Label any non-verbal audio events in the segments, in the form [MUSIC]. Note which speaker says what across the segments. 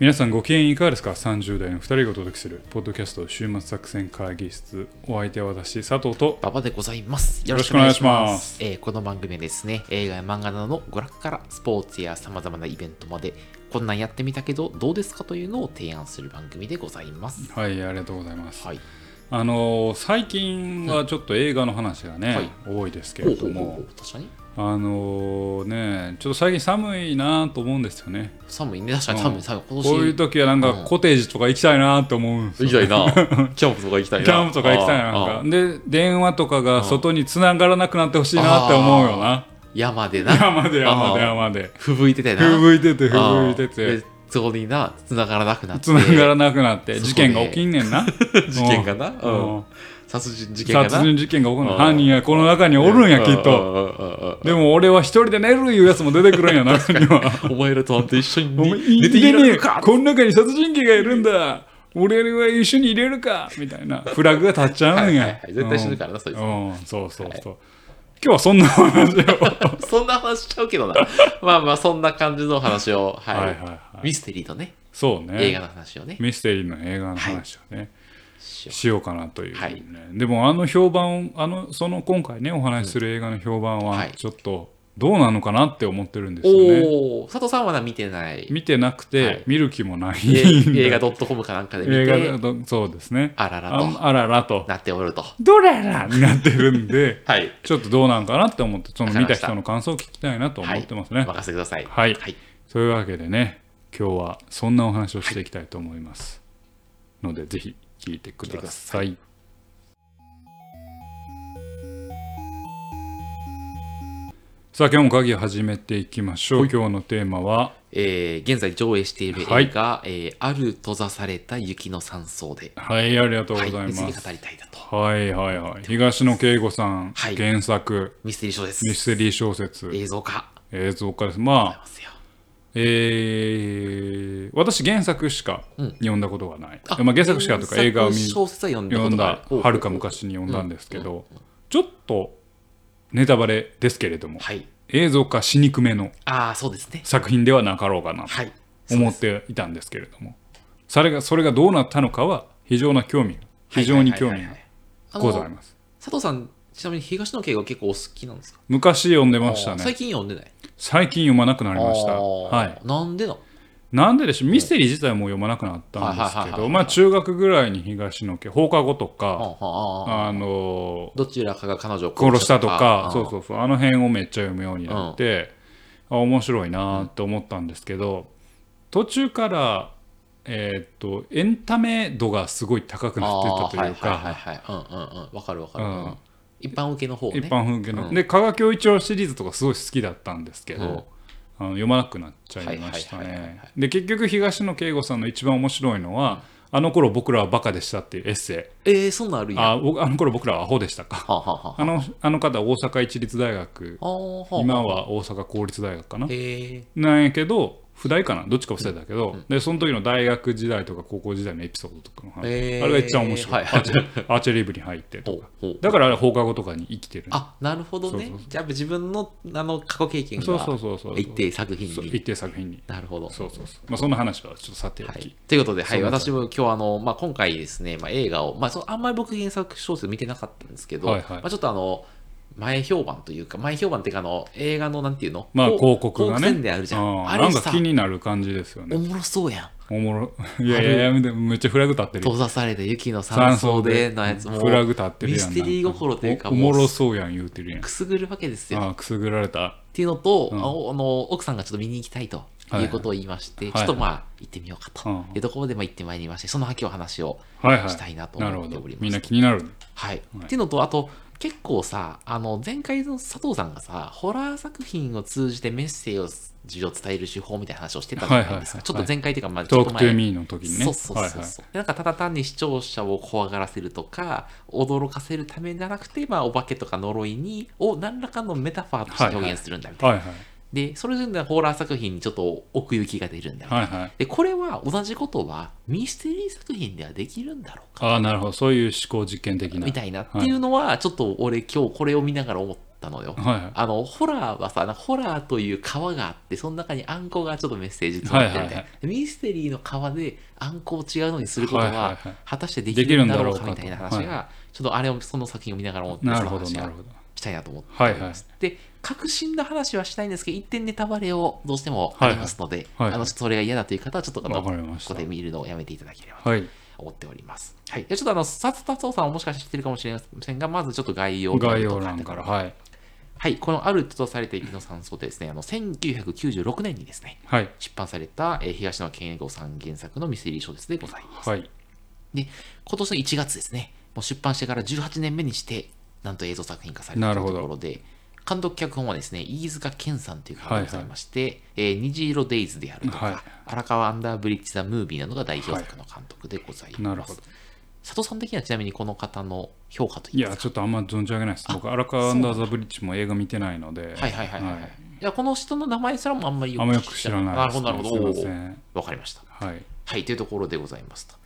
Speaker 1: 皆さんご機嫌いかがですか ?30 代の2人がお届けする、ポッドキャスト週末作戦会議室。お相手は私、佐藤と、
Speaker 2: 馬場でございます。。
Speaker 1: よろしくお願いします
Speaker 2: えーこの番組はですね、映画や漫画などの娯楽からスポーツや様々なイベントまで、こんなんやってみたけど、どうですかというのを提案する番組でございます。
Speaker 1: はい、ありがとうございます。
Speaker 2: はい。
Speaker 1: あのー最近はちょっと映画の話がね、
Speaker 2: はい
Speaker 1: 多いですけれど
Speaker 2: ほうほうほ
Speaker 1: も
Speaker 2: う、確かに
Speaker 1: あのーね、ちょっと最近寒いなと思うんですよね。
Speaker 2: 寒いね、確かに寒
Speaker 1: うん
Speaker 2: い、寒い。
Speaker 1: こ
Speaker 2: 今年
Speaker 1: ういう時はなん
Speaker 2: う
Speaker 1: か
Speaker 2: ん
Speaker 1: コテージとか行きたいなと思うんですよ。
Speaker 2: 行きたいな。キャンプとか行きたい
Speaker 1: キ
Speaker 2: な。
Speaker 1: ャンプとか行きたいな
Speaker 2: あ
Speaker 1: な
Speaker 2: あ
Speaker 1: んか。で、電話とかが外に繋がらなくなってほしいなって思うよな。
Speaker 2: 山でな。
Speaker 1: 山で山で
Speaker 2: ああ
Speaker 1: 山で。
Speaker 2: ふぶいてたよな。
Speaker 1: ふぶいてて、ふ
Speaker 2: ああ
Speaker 1: ぶいてて
Speaker 2: で。そこにな、繋がらなくなって。
Speaker 1: 繋がらなくなって
Speaker 2: そこで
Speaker 1: 事件が起きんねんな
Speaker 2: 事件がな。
Speaker 1: う
Speaker 2: うんん。殺人事件がな。
Speaker 1: 殺人事件が起こる
Speaker 2: あ
Speaker 1: の
Speaker 2: ー
Speaker 1: 犯人はこの中におるんやきっと
Speaker 2: と
Speaker 1: でも俺は一人で寝るいうやつも出てくるんやな中には
Speaker 2: お前らとあんた一緒に
Speaker 1: お前
Speaker 2: 寝
Speaker 1: [LAUGHS]
Speaker 2: 寝ていられるか
Speaker 1: この中に殺人鬼がいるんだ俺は一緒に入れるかみたいなフラグが立っちゃうん
Speaker 2: はいはい
Speaker 1: や
Speaker 2: はい絶対死ぬからなそいつ
Speaker 1: うんうんそうそうそう今日はそんな話を
Speaker 2: [LAUGHS] そんな話しちゃうけどな。 [LAUGHS] まあまあ、そんな感じの話を、はい。
Speaker 1: はいはいはい
Speaker 2: ミステリーとね、
Speaker 1: そうね
Speaker 2: 映画の話をね、
Speaker 1: ミステリーの映画の話をね
Speaker 2: しよ
Speaker 1: しようかなという、ね
Speaker 2: はい
Speaker 1: でもあの評判あのその今回ねお話しする映画の評判
Speaker 2: は
Speaker 1: はいちょっとどうなのかなって思ってるんで
Speaker 2: う
Speaker 1: すよね、
Speaker 2: おー、佐藤さんはな見てない。
Speaker 1: 見てなくて、
Speaker 2: はい
Speaker 1: 見る気もない
Speaker 2: え
Speaker 1: んで
Speaker 2: 映画 .com かなんかで見
Speaker 1: 映画
Speaker 2: て、
Speaker 1: だとそうですね
Speaker 2: あらら
Speaker 1: あ
Speaker 2: と
Speaker 1: あららと
Speaker 2: なっておると。
Speaker 1: どれらになってるん
Speaker 2: [LAUGHS]
Speaker 1: で
Speaker 2: はい。
Speaker 1: ちょっとどうなんかなって思ってその
Speaker 2: わかり
Speaker 1: 見
Speaker 2: ま
Speaker 1: た
Speaker 2: した
Speaker 1: 人の感想を聞きたいなと思ってますね、
Speaker 2: お任せください。
Speaker 1: はい
Speaker 2: はい。
Speaker 1: というわけでね今日はそんなお話をしていきたいと思います、のでぜひ聞いてく
Speaker 2: 聞いてく
Speaker 1: だ
Speaker 2: だ
Speaker 1: さ
Speaker 2: さ
Speaker 1: いさあ今日も会議始めていきましょう、今日のテーマは
Speaker 2: えー現在上映している映画、えーある閉ざされた雪の山荘で、
Speaker 1: はいありがとうござい
Speaker 2: はい、
Speaker 1: ま
Speaker 2: 別に語
Speaker 1: す、
Speaker 2: りたいだと。
Speaker 1: はい、はいはい東野圭吾さん、
Speaker 2: はい
Speaker 1: 原作
Speaker 2: ミステリー小説。
Speaker 1: ミステリー小説
Speaker 2: 映像化。
Speaker 1: 映像化ですま
Speaker 2: あり
Speaker 1: あ
Speaker 2: ますよ。
Speaker 1: えー、私原作しか読んだことがない、
Speaker 2: あ
Speaker 1: まあ、原作しかというか映画を見
Speaker 2: 原作小説は読んだこ
Speaker 1: 読ん
Speaker 2: とがあ
Speaker 1: だ
Speaker 2: るほうほうほう
Speaker 1: はるか昔に読んだんですけどちょっとネタバレですけれども
Speaker 2: はい。
Speaker 1: 映像化しにくめの
Speaker 2: ああ、そうですね。
Speaker 1: 作品ではなかろうかなと
Speaker 2: はい。
Speaker 1: 思っていたんですけれどもそれがそれがどうなったのかは非常な興味非常に興味がござい
Speaker 2: す。
Speaker 1: ます
Speaker 2: 佐藤さん、ちなみに東野圭吾結構お好きなんですか
Speaker 1: 昔読んでました
Speaker 2: あー最
Speaker 1: ね
Speaker 2: 近読んでない。
Speaker 1: 最近読まなくな
Speaker 2: あ
Speaker 1: りました
Speaker 2: ー
Speaker 1: はい
Speaker 2: なんでなの
Speaker 1: なんででしょうミステリー自体も読まなくなったん
Speaker 2: はいはい
Speaker 1: です
Speaker 2: はい
Speaker 1: け
Speaker 2: はいは
Speaker 1: ど
Speaker 2: い
Speaker 1: まあ中学ぐらいに東野家放課後と
Speaker 2: あ
Speaker 1: か
Speaker 2: ーあーあー
Speaker 1: あのー
Speaker 2: どちらかが彼女を
Speaker 1: 殺したとかそう
Speaker 2: う。
Speaker 1: そうそうあの辺をめっちゃ読むようになって、あ面白いなと思ったんですけど、途中からえーっとエンタメ度がすごい高くなって
Speaker 2: あ
Speaker 1: っ
Speaker 2: ー
Speaker 1: たという
Speaker 2: はいはい
Speaker 1: か
Speaker 2: はいはい。うんうんうん。わかるわか
Speaker 1: う
Speaker 2: る。
Speaker 1: ん
Speaker 2: うん一般受けの方ね。
Speaker 1: 一般風景の、
Speaker 2: うん
Speaker 1: で加賀恭一郎シリーズとかすごい好きだったんですけど、あの読まなくなっちゃいました
Speaker 2: はいはいはいはい
Speaker 1: ね
Speaker 2: はい
Speaker 1: で結局東野圭吾さんの一番面白いのは「あの頃僕らはバカでした」っていうエッセイ
Speaker 2: えー、そんなんあ
Speaker 1: 「
Speaker 2: るんや。は
Speaker 1: あ僕あの頃僕らはアホでしたか」
Speaker 2: あはあはあ。
Speaker 1: あのあの方大阪市立大学
Speaker 2: あーはあ
Speaker 1: 今。は大阪公立大学かな
Speaker 2: へえ。
Speaker 1: なんやけど普代かなどっちか忘れたけど、でその時の大学時代とか高校時代のエピソードとかの話、
Speaker 2: えー
Speaker 1: あれが一番面白い、
Speaker 2: はい
Speaker 1: アーチェアーチェリー部に入って
Speaker 2: ほ
Speaker 1: と
Speaker 2: う
Speaker 1: か
Speaker 2: ほう
Speaker 1: だからあれ放課後とかに生きてる
Speaker 2: あ、なるほどね
Speaker 1: そうそう。
Speaker 2: じゃあ自分のあの過去経験
Speaker 1: そう
Speaker 2: が
Speaker 1: そうそうそう
Speaker 2: 一定作品
Speaker 1: そう
Speaker 2: に。
Speaker 1: 一定作品に
Speaker 2: なるほど。
Speaker 1: そうそうそう、まあ、そんな話はちょっとさてお
Speaker 2: は
Speaker 1: き、
Speaker 2: い、ということで、は
Speaker 1: そ
Speaker 2: い、
Speaker 1: うなんだ
Speaker 2: 私も今日あの、まあ、今回ですね、まあ、映画を、まあ、そのあんまり僕原作小説見てなかったんですけど、
Speaker 1: はいはい
Speaker 2: まあ、ちょっとあの前評判というか前評判っていうかあの映画のなんていうの
Speaker 1: まあ
Speaker 2: こう
Speaker 1: 広告がね
Speaker 2: 宣伝あるじゃん
Speaker 1: あー
Speaker 2: あ
Speaker 1: な
Speaker 2: れ
Speaker 1: ん
Speaker 2: さ
Speaker 1: か気になる感じですよ
Speaker 2: お
Speaker 1: ね
Speaker 2: もろそうやん
Speaker 1: おもろいやいやいやめてめっちゃフラグ立ってる
Speaker 2: 閉ざされた雪の山荘でのやつも
Speaker 1: フラグ立ってるやん
Speaker 2: ミステリー心というか
Speaker 1: おおも
Speaker 2: も
Speaker 1: ろ
Speaker 2: う
Speaker 1: そうやん言うてるやん
Speaker 2: くすぐるわけですよ
Speaker 1: あーくすぐられた
Speaker 2: っていうのと、
Speaker 1: うん
Speaker 2: あおあの奥さんがちょっと見に行きたいということを言いまして、
Speaker 1: はいはい
Speaker 2: ちょっとまあ行ってみようかと、
Speaker 1: うん
Speaker 2: いうところでまあ行ってまいりましてその今日話を
Speaker 1: はいはい
Speaker 2: したいなと
Speaker 1: なる
Speaker 2: 思
Speaker 1: ほ
Speaker 2: って
Speaker 1: ど
Speaker 2: おります。
Speaker 1: みんな気になるね
Speaker 2: はい、っていうのとあと結構さあの前回の佐藤さんがさホラー作品を通じてメッセージを伝える手法みたいな話をしてたじゃないですか、
Speaker 1: はいはいはい
Speaker 2: ちょっと前回というか、まあ、ちょ
Speaker 1: ト
Speaker 2: っ
Speaker 1: ー
Speaker 2: と
Speaker 1: クトゥ
Speaker 2: 前
Speaker 1: ーミーの時にね。
Speaker 2: そうそうそうそう、
Speaker 1: はいはい
Speaker 2: でなんかただ単に視聴者を怖がらせるとか驚かせるためじゃなくて、まあ、お化けとか呪いにを何らかのメタファーとして表現するんだみたいな、
Speaker 1: はいはい
Speaker 2: でそれぞれのホラー作品にちょっと奥行きが出るんだみたいな、
Speaker 1: はいはい。
Speaker 2: でこれは同じことはミステリー作品ではできるんだろうか
Speaker 1: ああ、なるほど。そういう思考実験的な。
Speaker 2: みたいなっていうのは、ちょっと俺今日これを見ながら思っったのよ。
Speaker 1: は
Speaker 2: あのホラーはさなんかホラーという川があってその中にあんこがちょっとメッセージ詰まってるみたいな、
Speaker 1: はいは
Speaker 2: ミステリーの川であんこを違うのにすること
Speaker 1: はいはい
Speaker 2: は
Speaker 1: はい
Speaker 2: 果たしてで
Speaker 1: で
Speaker 2: き
Speaker 1: き
Speaker 2: る
Speaker 1: る
Speaker 2: ん
Speaker 1: ん
Speaker 2: だ
Speaker 1: だ
Speaker 2: ろ
Speaker 1: ろう
Speaker 2: うか
Speaker 1: か
Speaker 2: みたいな話が、
Speaker 1: は
Speaker 2: ちょっとあれをその作品を見ながら思っ
Speaker 1: い
Speaker 2: て
Speaker 1: なる
Speaker 2: その
Speaker 1: ほど
Speaker 2: 話
Speaker 1: な
Speaker 2: が
Speaker 1: るほど
Speaker 2: したいなと思って
Speaker 1: はいはい
Speaker 2: で確信の話はしたいんですけど一点ネタバレをどうしてもありますので、
Speaker 1: はいはいはいはい
Speaker 2: あのちょっとそれが嫌だという方はちょっとあの
Speaker 1: わ
Speaker 2: こ
Speaker 1: かりました
Speaker 2: こで見るのをやめていただければと
Speaker 1: はい
Speaker 2: 思っております。はい、でちょっとあのさつたつおさんはもしかして知ってるかもしれませんがまずちょっと概要
Speaker 1: 概要欄からはい
Speaker 2: はい、このあるとされているの山荘でですね、あの1996年にですね、
Speaker 1: はい
Speaker 2: 出版された、えー東野健吾さん原作のミステリー小説でございます。
Speaker 1: はい
Speaker 2: で、今年の1月ですね、もう出版してから18年目にして、なんと映像作品化された
Speaker 1: なる
Speaker 2: とい
Speaker 1: ほ
Speaker 2: う
Speaker 1: ど
Speaker 2: ところで、監督脚本はですね、飯塚健さんという方でございまして、えー虹色デイズであるとか、
Speaker 1: はい
Speaker 2: 荒川アンダーブリッジ・ザ・ムービーなどが代表作の監督でございます。
Speaker 1: なるほど
Speaker 2: 佐藤さん的にはちなみにこの方の評価とい
Speaker 1: い
Speaker 2: います
Speaker 1: や
Speaker 2: か
Speaker 1: ちょっとあんま存じ上げないです僕荒川アンダーザブリッジも映画見てないので
Speaker 2: は
Speaker 1: はい
Speaker 2: はいはいはい。い、や、この人の名前すらもあんまり
Speaker 1: あんまよく知らない
Speaker 2: なる
Speaker 1: です
Speaker 2: ほ
Speaker 1: ね
Speaker 2: ど、なるほど。
Speaker 1: すいません
Speaker 2: おわかりました。
Speaker 1: はい
Speaker 2: はい、というところでございますと。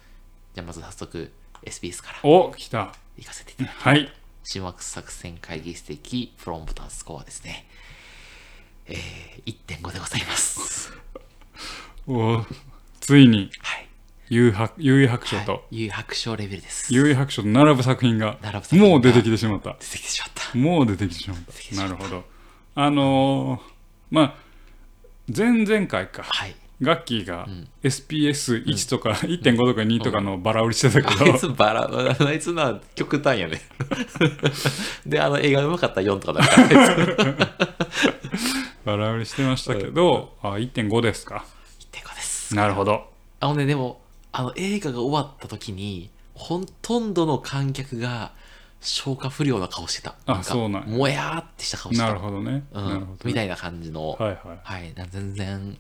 Speaker 2: じゃあ、まず早速、SBS から
Speaker 1: お来た
Speaker 2: 行かせていただきます。
Speaker 1: はい
Speaker 2: 新枠作戦会議室的プロンプタースコアですね。えー、1.5でございます。
Speaker 1: おついに
Speaker 2: はい。
Speaker 1: 優位白優位白書
Speaker 2: はい
Speaker 1: と、
Speaker 2: 有白賞レベルです。
Speaker 1: 優位白書と並ぶ作品が
Speaker 2: 並ぶ作品が
Speaker 1: もう出てきてしまった
Speaker 2: 出てきてし
Speaker 1: [LAUGHS]
Speaker 2: まった。
Speaker 1: もう出てきてしまっ
Speaker 2: 出てきて
Speaker 1: た
Speaker 2: しま
Speaker 1: な
Speaker 2: った
Speaker 1: るほどあのーまあ前々回か
Speaker 2: はい。
Speaker 1: ガッキーが SPS1 とか1.5とか2とかのバラ売りしてたけ
Speaker 2: あい
Speaker 1: ど
Speaker 2: つバラ、あいつな、極端やね。 [LAUGHS] で、あの、映画うまかった4とかだから、
Speaker 1: [LAUGHS] バラ売りしてましたけどあ1.5ですか
Speaker 2: 1.5です。
Speaker 1: なるほど
Speaker 2: あのね、でも、あの映画が終わった時に、ほとんどの観客が消化不良な顔してた。
Speaker 1: あ
Speaker 2: なんか
Speaker 1: そうなんや
Speaker 2: もやーってした顔してた。
Speaker 1: なるほどね
Speaker 2: う
Speaker 1: なる
Speaker 2: ん
Speaker 1: ほ、ど
Speaker 2: みた
Speaker 1: ね
Speaker 2: いな感じの、
Speaker 1: はいは
Speaker 2: はい、な全然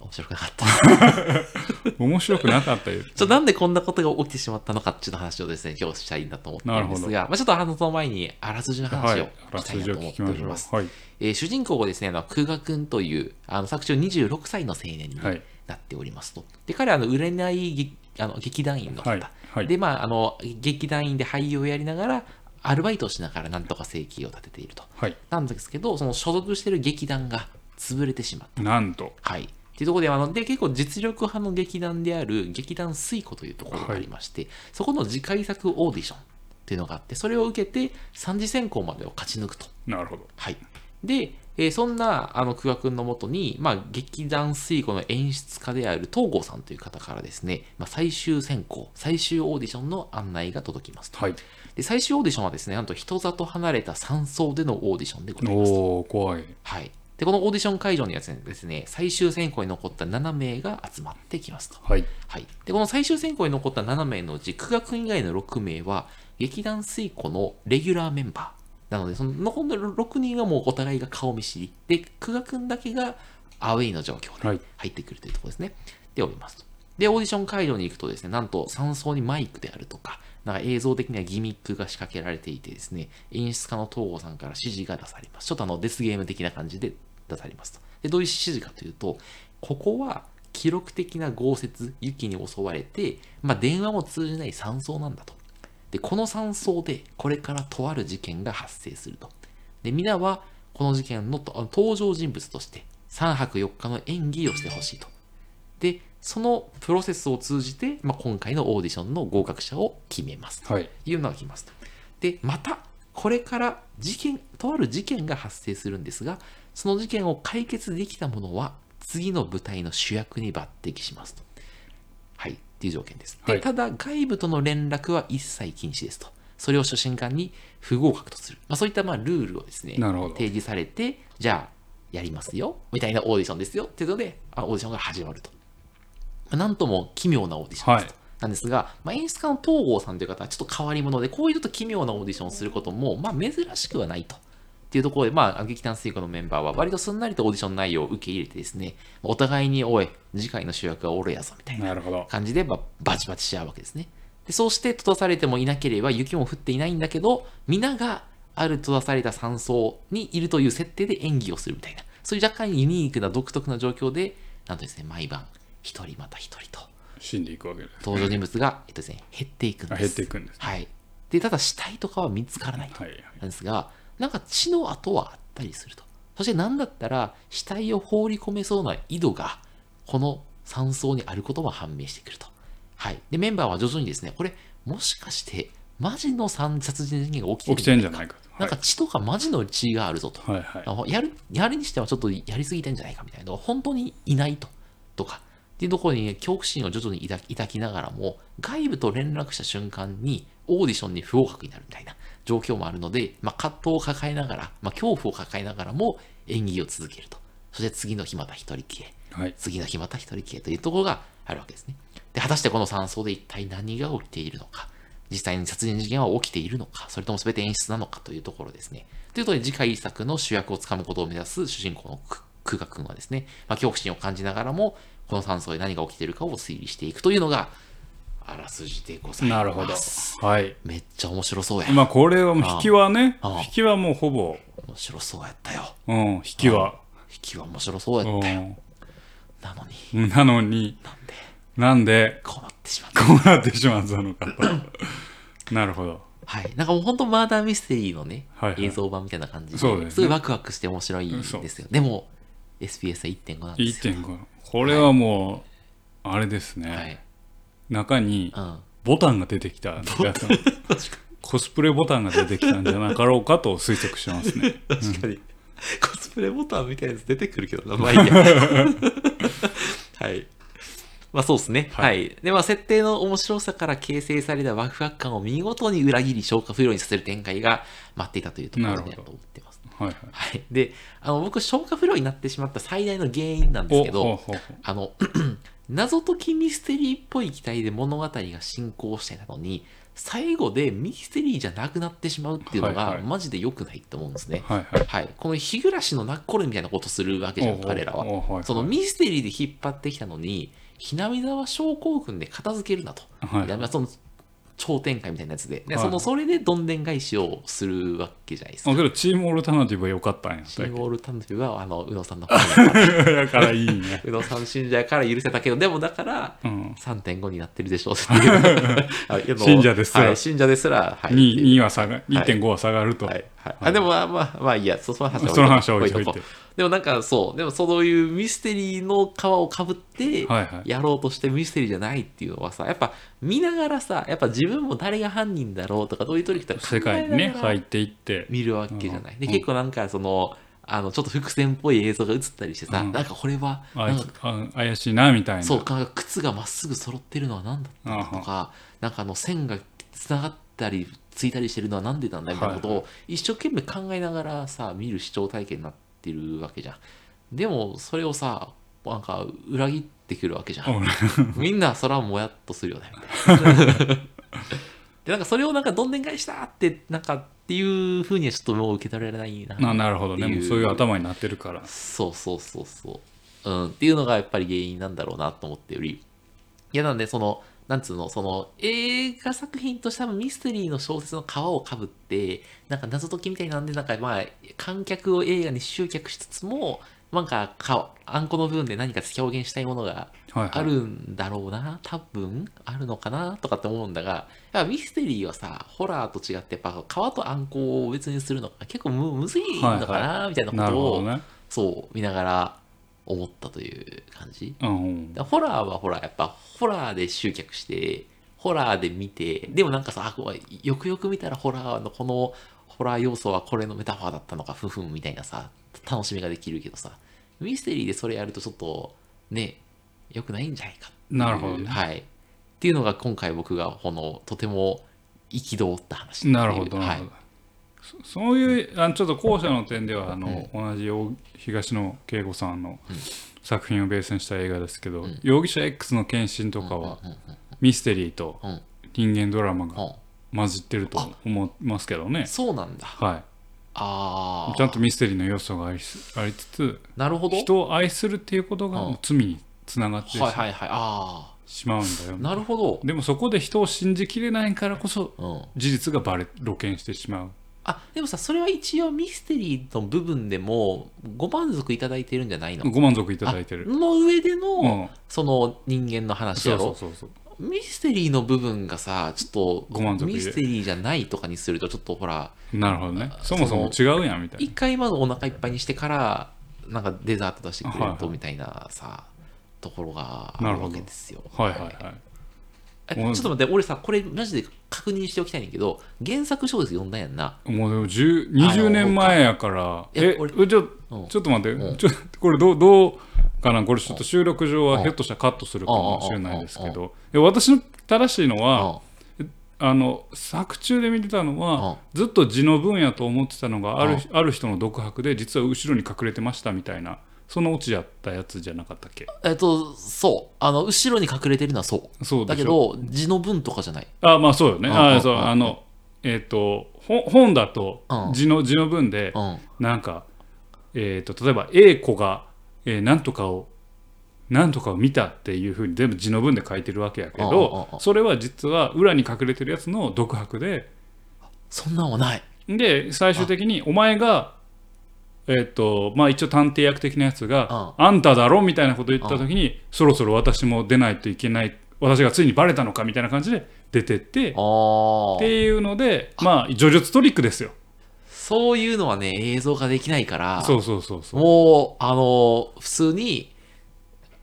Speaker 2: 面白くなかった。 [LAUGHS]
Speaker 1: い面白くなかったよ
Speaker 2: ちょっとなんでこんなことが起きてしまったのかっていう話をですね、今日したいなと思ってるんです
Speaker 1: な
Speaker 2: が、まあ、ちょっとあのその前にあらすじの
Speaker 1: は
Speaker 2: [LAUGHS] 話
Speaker 1: い
Speaker 2: を
Speaker 1: あら
Speaker 2: したい
Speaker 1: すじ
Speaker 2: なと
Speaker 1: を聞
Speaker 2: 思って
Speaker 1: き
Speaker 2: お
Speaker 1: ま
Speaker 2: り
Speaker 1: し
Speaker 2: ま
Speaker 1: ょ
Speaker 2: す。
Speaker 1: うはい
Speaker 2: えー主人公がですね、あの空賀くんという、あの作中26歳の青年に
Speaker 1: はい
Speaker 2: なっておりますと。で、彼はあの売れない劇あの劇団員の方。
Speaker 1: はいはい
Speaker 2: で、まあ、あの劇団員で俳優をやりながら、アルバイトをしながらなんとか生計を立てていると。
Speaker 1: はい
Speaker 2: なんですけど、その所属している劇団が潰れてしまった。
Speaker 1: なんと
Speaker 2: はい。っていうところで、あの、で、結構実力派の劇団である劇団水庫というところがありまして、そこの次回作オーディションっていうのがあって、それを受けて三次選考までを勝ち抜くと。
Speaker 1: なるほど
Speaker 2: はい。で、えーそんな、あの、久我君のもとに、まあ、劇団水庫の演出家である東郷さんという方からですね、まあ、最終選考、最終オーディションの案内が届きますと。
Speaker 1: はい
Speaker 2: で、最終オーディションはですね、なんと人里離れた山荘でのオーディションでございます。
Speaker 1: おお怖い
Speaker 2: はい。で、このオーディション会場にはですね、最終選考に残った7名が集まってきますと。
Speaker 1: はい
Speaker 2: はい。で、この最終選考に残った7名のうち、久我君以外の6名は、劇団水庫のレギュラーメンバー。なので、その残りの6人はもうお互いが顔見知り。で、久我君だけがアウェイの状況
Speaker 1: は
Speaker 2: で
Speaker 1: い
Speaker 2: 入ってくるというところですね。で、おりますと。で、オーディション会場に行くとですね、なんと山荘にマイクであるとか、なんか映像的にはギミックが仕掛けられていてですね、演出家の東郷さんから指示が出されます。ちょっとあの、デスゲーム的な感じで出されますと。で、どういう指示かというと、ここは記録的な豪雪、雪に襲われて、まあ、電話も通じない山荘なんだと。で、この山荘でこれからとある事件が発生すると。で、皆はこの事件のとあの登場人物として3泊4日の演技をしてほしいと。で、そのプロセスを通じて、まあ、今回のオーディションの合格者を決めますと
Speaker 1: はい
Speaker 2: いうのが来ますと。で、また、これから事件、とある事件が発生するんですが、その事件を解決できたものは、次の舞台の主役に抜擢しますと。はい、っていう条件です。で、
Speaker 1: はい
Speaker 2: ただ、外部との連絡は一切禁止ですと。それを初心官に不合格とする。まあ、そういったまあルールをですね、
Speaker 1: なるほど
Speaker 2: 提示されて、じゃあ、やりますよ、みたいなオーディションですよ、っていうので、あオーディションが始まると。まあなんとも奇妙なオーディションですと。
Speaker 1: は
Speaker 2: なんですが、まあ、演出家の東郷さんという方はちょっと変わり者で、こういうちょっと奇妙なオーディションをすることも、まあ、珍しくはないと。っていうところで、まあ、劇団水庫のメンバーは割とすんなりとオーディション内容を受け入れてですね、お互いに、おい、次回の主役は俺やぞ、みたいな
Speaker 1: なるほど
Speaker 2: 感じで、まあ、バチバチし合うわけですね。でそうして閉ざされてもいなければ雪も降っていないんだけど皆がある閉ざされた山荘にいるという設定で演技をするみたいなそういう若干ユニークな独特な状況でなんとですね毎晩一人また一人と
Speaker 1: 死んでいくわけです
Speaker 2: 登場人物が、えっとですね、減っていくんで
Speaker 1: あ
Speaker 2: す。
Speaker 1: 減っていくんです
Speaker 2: はい。で、ただ死体とかは見つからないと。
Speaker 1: はいはい
Speaker 2: なんですが、なんか血の跡はあったりすると。そして何だったら死体を放り込めそうな井戸がこの山荘にあることも判明してくると。はい。で、メンバーは徐々にですね、これもしかしてマジの三殺人事件が起きて
Speaker 1: 起
Speaker 2: る
Speaker 1: きてんじゃないかと。
Speaker 2: なんか血とかマジの血があるぞと。
Speaker 1: はいはいはい。
Speaker 2: あやる、やるにしてはちょっとやりすぎてんじゃないかみたいなのが本当にいないと、とか、っていうところにね恐怖心を徐々に抱き抱きながらも、外部と連絡した瞬間にオーディションに不合格になるみたいな状況もあるので、まあ、葛藤を抱えながら、まあ、恐怖を抱えながらも演技を続けると。そして次の日また一人消え。
Speaker 1: はい、
Speaker 2: 次の日また一人消えというところがあるわけですね。で、果たしてこの山荘で一体何が起きているのか、実際に殺人事件は起きているのか、それとも全て演出なのかというところですね。ということで、次回作の主役をつかむことを目指す主人公のく久我君はですね、まあ、恐怖心を感じながらも、この山荘で何が起きているかを推理していくというのが、あらすじでございます。
Speaker 1: なるほど。はい。
Speaker 2: めっちゃ面白そうや。
Speaker 1: まあこれはもう引きはね
Speaker 2: ああ、
Speaker 1: 引きはもうほぼ、
Speaker 2: 面白そうやったよ。
Speaker 1: うん、引きは。
Speaker 2: 引きは面白そうやったよ。
Speaker 1: う
Speaker 2: なのに、
Speaker 1: ん、なのに、
Speaker 2: なんで、
Speaker 1: なんで
Speaker 2: こうなってしまった。
Speaker 1: こうなってしまったのか
Speaker 2: [LAUGHS]
Speaker 1: と。なるほど。
Speaker 2: はい、なんかもう本当マーダーミステリーのね、
Speaker 1: はいはい
Speaker 2: 映像版みたいな感じで
Speaker 1: そうですね
Speaker 2: ごいワクワクして面白いんですよ。でも、SPS は1.5なんですよ。
Speaker 1: 1.5。これはもう、あれですね、
Speaker 2: はい。
Speaker 1: 中に
Speaker 2: うん。
Speaker 1: ボタンが出てきたやつ
Speaker 2: 確か
Speaker 1: コスプレボタンが出てきたんじゃなかろうかと推測してます
Speaker 2: [LAUGHS]
Speaker 1: ね。
Speaker 2: に。確かに。コスプレボタンみたいなやつ出てくるけ [LAUGHS] どな、まあいいや。はい。まあそうですね。は。
Speaker 1: はい
Speaker 2: で、まあ設定の面白さから形成されたワクワク感を見事に裏切り消化不良にさせる展開が待っていたというところだ
Speaker 1: なるほ
Speaker 2: と
Speaker 1: ど
Speaker 2: 思ってます。
Speaker 1: はいはい。
Speaker 2: はい。で、あの僕、消化不良になってしまった最大の原因なんですけど、
Speaker 1: ほうほうほう
Speaker 2: あの、 [CLEARS THROAT] 謎解きミステリーっぽい機体で物語が進行してたのに、最後でミステリーじゃなくなってしまうっていうのが、
Speaker 1: はいはい
Speaker 2: マジで良くないと思うんですね。
Speaker 1: はいはい。
Speaker 2: はい。この日暮らしのナッコルみたいなことするわけじゃん、
Speaker 1: おうおう
Speaker 2: 彼らは。
Speaker 1: おうはいはい
Speaker 2: そのミステリーで引っ張ってきたのに、ひなみざわ症候群で片付けるなと。
Speaker 1: [LAUGHS] はい
Speaker 2: いやまあその超展開みたいなやつで。で
Speaker 1: はい
Speaker 2: その、それでどんでん返しをするわけじゃないですか。
Speaker 1: あけどチームオルタナティブは良かったんやった
Speaker 2: シー
Speaker 1: っ
Speaker 2: ボールタンドは、あの、宇野さんの方
Speaker 1: けだからいいね。
Speaker 2: 宇野さん信者やから許せたけど、でもだから、
Speaker 1: うん。
Speaker 2: 3.5になってるでしょうっていう
Speaker 1: [LAUGHS]
Speaker 2: あでも
Speaker 1: 信者ですら
Speaker 2: はい、信者ですら、はい、
Speaker 1: 2, 2は下が1.5は下がると。
Speaker 2: はいはいあでもまあまあまあいいやそその話は
Speaker 1: その話は置い
Speaker 2: と
Speaker 1: とい
Speaker 2: こ
Speaker 1: て
Speaker 2: うでもなんかそうでもそういうミステリーの皮をかぶって
Speaker 1: はいはい
Speaker 2: やろうとしてミステリーじゃないっていうのはさやっぱ見ながらさやっぱ自分も誰が犯人だろうとかどういうトリックだろう
Speaker 1: 世界にね
Speaker 2: 考えながら
Speaker 1: 入っていって。
Speaker 2: 見るわけじゃない、で
Speaker 1: うん
Speaker 2: 結構なんかそのあのちょっと伏線っぽい映像が映ったりしてさ、
Speaker 1: うん
Speaker 2: なんかこれは
Speaker 1: あ
Speaker 2: なん
Speaker 1: い
Speaker 2: か
Speaker 1: つあ怪しいなみたいな。
Speaker 2: そうか靴がまっすぐ揃ってるのは何だったんだとかなんかあの線がつながったりついたりしてるのは何でなんだみたいなこと
Speaker 1: は
Speaker 2: を一生懸命考えながらさ見る視聴体験になってるわけじゃんでもそれをさなんか裏切ってくるわけじゃん
Speaker 1: うん
Speaker 2: みんなそれはもやっとするよねみたいなでなんかそれをなんかどんでん返したってなんかっていうふうにはちょっともう受け取れられないな
Speaker 1: [LAUGHS] ななるほどね。
Speaker 2: っていう
Speaker 1: もうそういう頭になってるから。
Speaker 2: そうそうそうそう。うん、っていうのがやっぱり原因なんだろうなと思ってより。いや、なんで、その、なんつうの、その、映画作品として多分ミステリーの小説の皮をかぶって、なんか謎解きみたいなんで、なんかまあ、観客を映画に集客しつつも、なんかか、あんこの部分で何か表現したいものが
Speaker 1: はいはい、
Speaker 2: あるんだろうな、多分あるのかなとかって思うんだが、やっぱミステリーはさ、ホラーと違って、やっぱ皮とあんこを別にするのが結構むむずいのか
Speaker 1: はい
Speaker 2: な、みたいなこ
Speaker 1: なる
Speaker 2: とを
Speaker 1: ほどね。
Speaker 2: そう見ながら思ったという感じ
Speaker 1: うん。
Speaker 2: だホラーはほらやっぱホラーで集客してホラーで見てでもなんかさあこうよくよく見たらホラーのこのホラー要素はこれのメタファーだったのかふんふんみたいなさ楽しみができるけどさミステリーでそれやるとちょっとね良くないんじゃないかっていう
Speaker 1: なるほどね
Speaker 2: はいっていうのが今回僕がこのとても憤った話っていう
Speaker 1: なるほど。
Speaker 2: は
Speaker 1: ないるほどそそういうあのちょっと後者の点ではあの、同じ大東野圭吾さんの作品をベースにした映画ですけど、容疑者 X の献身とかは
Speaker 2: うんうん
Speaker 1: ミステリーと
Speaker 2: うん
Speaker 1: 人間ドラマ
Speaker 2: う
Speaker 1: が
Speaker 2: ん
Speaker 1: 混じってると思いますけどね。
Speaker 2: そうなんだ
Speaker 1: は
Speaker 2: あ
Speaker 1: い、ちゃん
Speaker 2: あ
Speaker 1: とミステリーの要素がありつありつつ
Speaker 2: なるほど
Speaker 1: 人を愛するっていうこと
Speaker 2: う
Speaker 1: が
Speaker 2: ん
Speaker 1: 罪につながってし
Speaker 2: はいはいはいあ
Speaker 1: しまうんだよ、
Speaker 2: あなるほど、
Speaker 1: でもそこで人を信じきれないからこそ
Speaker 2: うん、
Speaker 1: 事実がバレ露見してしまう
Speaker 2: あでもさそれは一応ミステリーの部分でもご満足いただいてるんじゃないの
Speaker 1: ご満足いただいてる
Speaker 2: あの上での、
Speaker 1: うん
Speaker 2: その人間の話
Speaker 1: そ
Speaker 2: や
Speaker 1: う
Speaker 2: ろ
Speaker 1: そうそうそう
Speaker 2: ミステリーの部分がさ、ちょっ
Speaker 1: ご満
Speaker 2: と
Speaker 1: 足で
Speaker 2: ミステリーじゃないとかにすると、ちょっとほら、
Speaker 1: なるほどねそもそも違うやんみたい
Speaker 2: 一
Speaker 1: な
Speaker 2: 回まずお腹いっぱいにしてから、なんかデザート出してくれ
Speaker 1: は
Speaker 2: る
Speaker 1: いは
Speaker 2: と
Speaker 1: い
Speaker 2: みたいなさ、ところが
Speaker 1: なる
Speaker 2: ある
Speaker 1: ほ
Speaker 2: わ
Speaker 1: ど
Speaker 2: けですよ。
Speaker 1: はいはいはい
Speaker 2: えち
Speaker 1: う
Speaker 2: ょ
Speaker 1: ん
Speaker 2: っと待って、俺さ、これマジで確認しておきたいねんだけど、原作小説読んだんやんな。
Speaker 1: もうでも10 20年前やから、
Speaker 2: いや
Speaker 1: え、
Speaker 2: 俺
Speaker 1: ちょ
Speaker 2: うん
Speaker 1: ちょっと待って、
Speaker 2: うん
Speaker 1: ちょこれどう、どうかな、これちょっと収録上
Speaker 2: う
Speaker 1: は
Speaker 2: ん
Speaker 1: ひょっとしたらカットするかもしれないですけ
Speaker 2: うん
Speaker 1: ど、え私の正しいの
Speaker 2: うん
Speaker 1: は、あの作中で見てたのは、ずっと字の文やと思ってたのがある、ある人の独白で、実は後ろに隠れてましたみたいな、そのオチやったやつじゃなかったっけ。
Speaker 2: えっと、そう。あの、後ろに隠れてるのはそう。
Speaker 1: そう
Speaker 2: だ
Speaker 1: で
Speaker 2: け
Speaker 1: しょ。
Speaker 2: ど、字の文とかじゃない。
Speaker 1: あ、まあそうよね。
Speaker 2: うん
Speaker 1: あ
Speaker 2: うん
Speaker 1: そう
Speaker 2: うん
Speaker 1: あの、えっ、と、ほ本だと
Speaker 2: うん
Speaker 1: 字の字の文で、
Speaker 2: うん。うん。
Speaker 1: なんか、えー、と例えば A 子が、えーなんとかをなんとかを見たっていうふうに全部字の文で書いてるわけやけ
Speaker 2: ああ
Speaker 1: ど
Speaker 2: ああ
Speaker 1: それは実は裏に隠れてるやつの独白で
Speaker 2: そんなんはない。
Speaker 1: で最終的にお前がえーとまあ、一応探偵役的なやつがあんただろみたいなこと言った時にそろそろ私も出ないといけない私がついにバレたのかみたいな感じで出てってっ
Speaker 2: ああ。
Speaker 1: ていうのでまあ叙述トリックですよ
Speaker 2: そういうのはね、映像化できないから、
Speaker 1: そうそうそうそう
Speaker 2: もう、あの、普通に、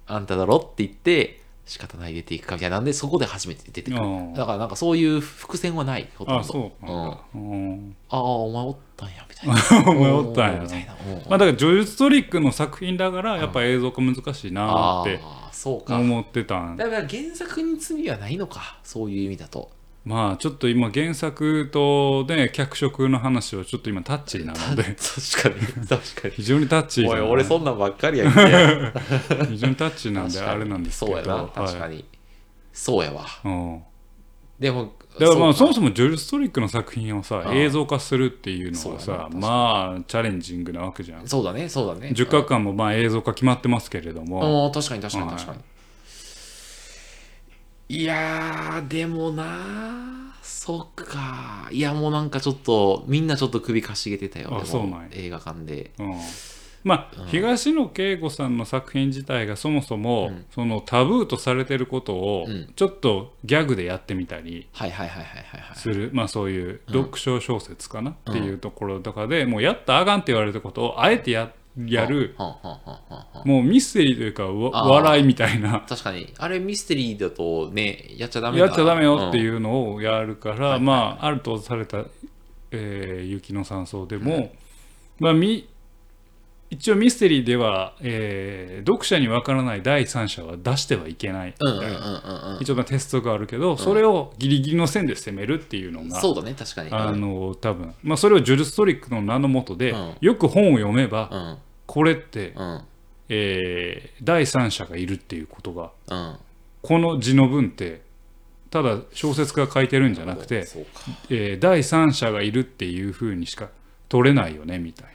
Speaker 2: あんただろって言って、仕方ない出ていくかみたいなんで、そこで初めて出てくる。
Speaker 1: うん
Speaker 2: だからなんかそういう伏線はない、ほとんど。
Speaker 1: あそうなんだ、うん [LAUGHS]
Speaker 2: ああ、お前おったんや、みたいな。
Speaker 1: お前おったんや
Speaker 2: みたいな。うん
Speaker 1: まあ、だから叙述トリックの作品だからやっぱ映像化難しいな
Speaker 2: あ
Speaker 1: って
Speaker 2: あ、そうか。
Speaker 1: 思ってたん
Speaker 2: だから原作に罪はないのか、そういう意味だと。
Speaker 1: まあちょっと今原作とね脚色の話はちょっと今タッチーなので
Speaker 2: 確
Speaker 1: [LAUGHS]
Speaker 2: かに、確かに。
Speaker 1: 非常にタッチー
Speaker 2: お
Speaker 1: じ
Speaker 2: い、
Speaker 1: ゃ
Speaker 2: 俺
Speaker 1: な
Speaker 2: そんなんばっかりやんけ。
Speaker 1: い非常にタッチ [LAUGHS] ーなん
Speaker 2: 確
Speaker 1: で
Speaker 2: かに
Speaker 1: あれなんですけ
Speaker 2: そう
Speaker 1: ど
Speaker 2: やな、確か
Speaker 1: はい
Speaker 2: に。そうやわ。
Speaker 1: うん
Speaker 2: でも、
Speaker 1: だからまあそ
Speaker 2: そ
Speaker 1: う
Speaker 2: か
Speaker 1: もそも叙述トリックの作品をさ
Speaker 2: うん
Speaker 1: 映像化するっていうのは
Speaker 2: そう
Speaker 1: さ
Speaker 2: やな確かに
Speaker 1: まあチャレンジングなわけじゃん
Speaker 2: そうだね、そうだね。
Speaker 1: 10
Speaker 2: うん
Speaker 1: 巻間もまあ映像化決まってますけれども
Speaker 2: ああ確かに確かに
Speaker 1: はい
Speaker 2: 確かに、い、やーでもなーそっかいやもうなんかちょっとみんなちょっと首かしげてたよ
Speaker 1: あ
Speaker 2: でも
Speaker 1: そうなんや
Speaker 2: 映画館で
Speaker 1: うんまあ、東野圭吾さんの作品自体がそもそも、
Speaker 2: うん
Speaker 1: そのタブーとされてることを
Speaker 2: うん
Speaker 1: ちょっとギャグでやってみたり
Speaker 2: はいはいはいはいはいはい
Speaker 1: する、まあそういう読書小説かな、
Speaker 2: うん
Speaker 1: っていうところとかでもうやったらあかんって言われることをあえてややる、
Speaker 2: はんはんはんはんはん
Speaker 1: もうミステリーというかわ
Speaker 2: あー
Speaker 1: 笑いみたいな
Speaker 2: 確かにあれミステリーだとねやっちゃダメだ
Speaker 1: やっちゃダメよっていううのをやるから、
Speaker 2: うん
Speaker 1: まああるとされた、えー雪の山荘でも、まあみ一応ミステリーでは、えー読者にわからない第三者は出してはいけないみ
Speaker 2: ん
Speaker 1: た
Speaker 2: うんうん
Speaker 1: い
Speaker 2: うん
Speaker 1: な
Speaker 2: うん
Speaker 1: 一応まあ鉄則があるけど、それをギリギリの線で攻めるっていうの
Speaker 2: うん
Speaker 1: が。
Speaker 2: そうだね確かに
Speaker 1: あの多分まあ、それをジョルストリックの名のもとで、
Speaker 2: うん
Speaker 1: よく本を読めば、
Speaker 2: うん
Speaker 1: これって、
Speaker 2: うん
Speaker 1: えー第三者がいるっていうことが
Speaker 2: うん
Speaker 1: この字の文ってただ小説家が書いてるんじゃなくて、
Speaker 2: そうか
Speaker 1: えー第三者がいるっていうふうにしか取れないよねみたいな。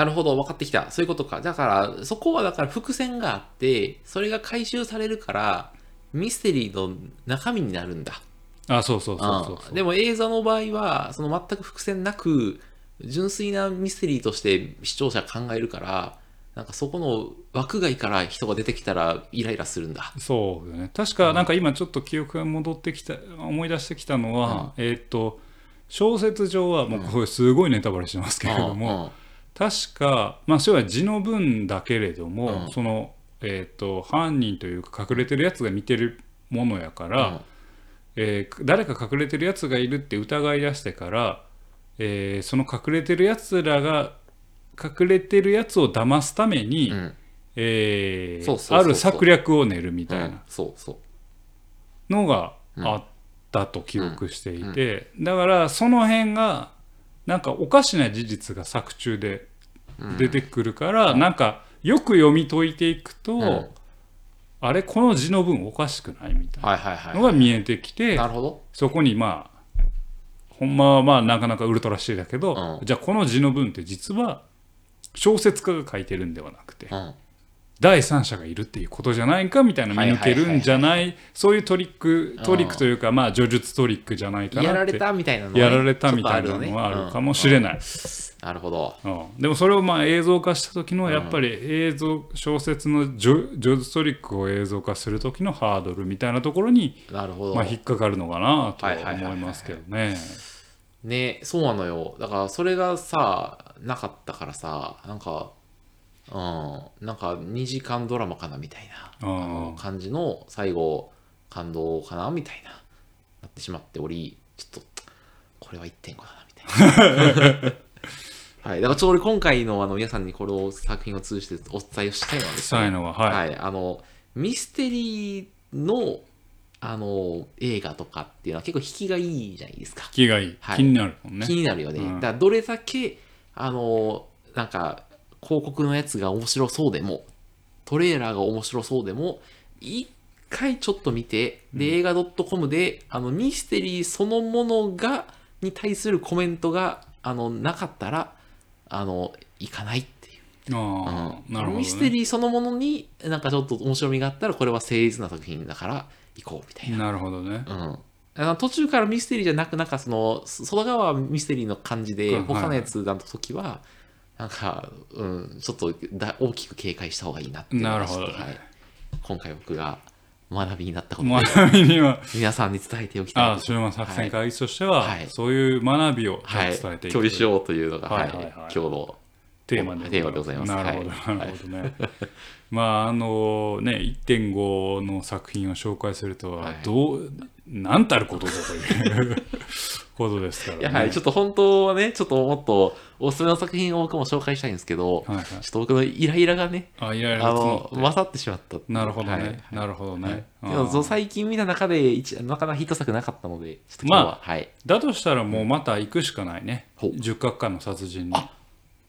Speaker 2: なるほど、分かってきた。そういうことか。だから、そこはだから伏線があって、それが回収されるから、ミステリーの中身になるんだ。
Speaker 1: あそうそうそうそうそう
Speaker 2: うんでも映像の場合は、その全く伏線なく、純粋なミステリーとして視聴者は考えるから、なんかそこの枠外から人が出てきたらイライラするんだ。
Speaker 1: そうよね確かなんか今ちょっと記憶が戻ってきた思い出してきたのは、えーっと小説上はもうこれすごいネタバレしてますけれども、確かまあそれは字の文だけれども、
Speaker 2: うん
Speaker 1: そのえーっと犯人というか隠れてるやつが見てるものやか
Speaker 2: うん、
Speaker 1: ら、えー誰か隠れてるやつがいるって疑い出してから、えーその隠れてるやつらが隠れてるやつを騙すために、
Speaker 2: うん、うん、
Speaker 1: えー
Speaker 2: そうそうそうそう
Speaker 1: ある策略を練るみ
Speaker 2: う
Speaker 1: たい
Speaker 2: ん
Speaker 1: な
Speaker 2: そうそう。
Speaker 1: のがあったと記憶していて、だからその辺がなんかおかしな事実が作中で出てくるから、なんかよく読み解いていくと、
Speaker 2: ん
Speaker 1: あれこの字の文おかしくないみたい
Speaker 2: はいはいは
Speaker 1: ないの。が見えてきて。
Speaker 2: なるほど。
Speaker 1: そこにまあほんまはまあなかなかウルトラシーだけど、
Speaker 2: うん
Speaker 1: じゃあこの字の文って実は小説家が書いてるんではなくて、
Speaker 2: うん。
Speaker 1: 第三者がいるっていうことじゃないかみたいな見抜けるんじゃないそういうトリックトリックというかまあ叙述トリックじゃないかなって
Speaker 2: やられたみたいなのね
Speaker 1: やられたみたいなのはあるかもしれ
Speaker 2: い。
Speaker 1: ない、
Speaker 2: なるほど。
Speaker 1: うんでもそれをまあ映像化した時のやっぱり映像小説の叙叙述トリックを映像化する時のハードルみたいなところに
Speaker 2: なるほど。
Speaker 1: まあ引っかかるのかなとは
Speaker 2: はいはいはいはい
Speaker 1: 思いますけどね。
Speaker 2: ね、そうなのよ。だから、それがさ、なかったからさ、なんか、うん、なんか2時間ドラマかなみたいな
Speaker 1: あ
Speaker 2: あ
Speaker 1: ー
Speaker 2: の感じの最後、感動かなみたいな、なってしまっており、ちょっと、これは1.5だなみた
Speaker 1: [LAUGHS]
Speaker 2: いな。はい、だからちょうど今回のあの皆さんにこの作品を通じてお伝えをしたいのはですね
Speaker 1: したいのははい、
Speaker 2: はい、あのミステリーのあの映画とかっていうのは結構引きがいいじゃないですか、
Speaker 1: 気がいい、
Speaker 2: はい
Speaker 1: 気になるもんね
Speaker 2: 気。になるよね、
Speaker 1: うん
Speaker 2: だからどれだけあのなんか広告のやつが面白そうでもトレーラーが面白そうでも一回ちょっと見てで映画 .com であのミステリーそのものがに対するコメントがあのなかったらあのいかないっていう
Speaker 1: ああ、なるほど、ね。
Speaker 2: ミステリーそのものになんかちょっと面白みがあったらこれは誠実な作品だから行こうみたいな。
Speaker 1: なるほどね。
Speaker 2: うんあの途中からミステリーじゃなくなんかそのそ外側はミステリーの感じ
Speaker 1: う
Speaker 2: で
Speaker 1: ん
Speaker 2: 他のやつだと時はなんか、うん、ちょっとだ大きく警戒した方がいいなっていうのが
Speaker 1: なるほど
Speaker 2: ちょっとはい、今回僕が学びになったことで
Speaker 1: 学びには、
Speaker 2: 皆さんに伝えておきたい
Speaker 1: ああ、終盤作戦会議としては、
Speaker 2: はい
Speaker 1: そういう学びをじゃあ
Speaker 2: はい
Speaker 1: 伝えていく、
Speaker 2: 共有しようというのが、
Speaker 1: は
Speaker 2: はいい
Speaker 1: はいはい
Speaker 2: 今日の
Speaker 1: テーマで
Speaker 2: テーマでございます
Speaker 1: なるほど、
Speaker 2: はい
Speaker 1: なるほどね。 [LAUGHS] まあ、あのね、1.5の作品を紹介すると
Speaker 2: は
Speaker 1: は、
Speaker 2: い
Speaker 1: どう、なんたることだという [LAUGHS] ことですから
Speaker 2: い
Speaker 1: ね。
Speaker 2: や、はい、ちょっと本当はね、ちょっともっとおすすめの作品を僕も紹介したいんですけど、
Speaker 1: はいはい
Speaker 2: ちょっと僕のイライラがね、
Speaker 1: あ、いや
Speaker 2: あ
Speaker 1: いや、
Speaker 2: の、
Speaker 1: その
Speaker 2: 勝ってしまったっていう
Speaker 1: なるほどね、
Speaker 2: はい
Speaker 1: なるほど
Speaker 2: はい
Speaker 1: ね。
Speaker 2: で
Speaker 1: あ
Speaker 2: も
Speaker 1: あ
Speaker 2: そう最近見た中で一、なかなかヒット作なかったので、ちょっと今日は、
Speaker 1: ま
Speaker 2: はい。
Speaker 1: だとしたらもうまた行くしかないね。
Speaker 2: ほう
Speaker 1: 十角館の殺人に、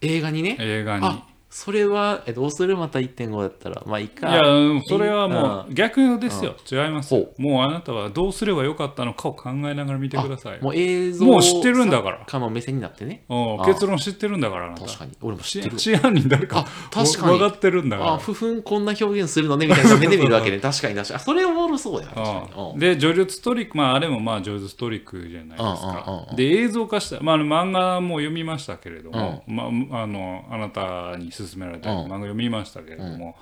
Speaker 2: 映画にね、
Speaker 1: 映画に。
Speaker 2: あそれは、えどうするまた1.5だったら、まあいい
Speaker 1: い
Speaker 2: か。
Speaker 1: や、うんそれはもう逆ですよ。違いますよ
Speaker 2: ほ。
Speaker 1: もうあなたはどうすればよかったのかを考えながら見てください。
Speaker 2: もう映像
Speaker 1: もう知ってるんだから
Speaker 2: 作家の目線になってね。
Speaker 1: うん
Speaker 2: ああ
Speaker 1: 結論知ってるんだから、あなた。
Speaker 2: 確かに。俺も知
Speaker 1: 治
Speaker 2: ってる。
Speaker 1: 治安に誰か
Speaker 2: あ確かに
Speaker 1: 分かってるんだから
Speaker 2: あ、。不憤こんな表現するのね、みたいな目で見るわ
Speaker 1: [LAUGHS]
Speaker 2: けね。確かに確かに。あ、それおもろそうだよ。確かに。
Speaker 1: うん
Speaker 2: うん
Speaker 1: で、叙述トリック、まあ、あれもまあ叙述トリックじゃないです
Speaker 2: うんうんうん
Speaker 1: か
Speaker 2: う。ん
Speaker 1: で、映像化した、まあ、あの漫画も読みましたけれども、まあ、あのあなたに勧められた
Speaker 2: うん
Speaker 1: 漫画読みましたけれども、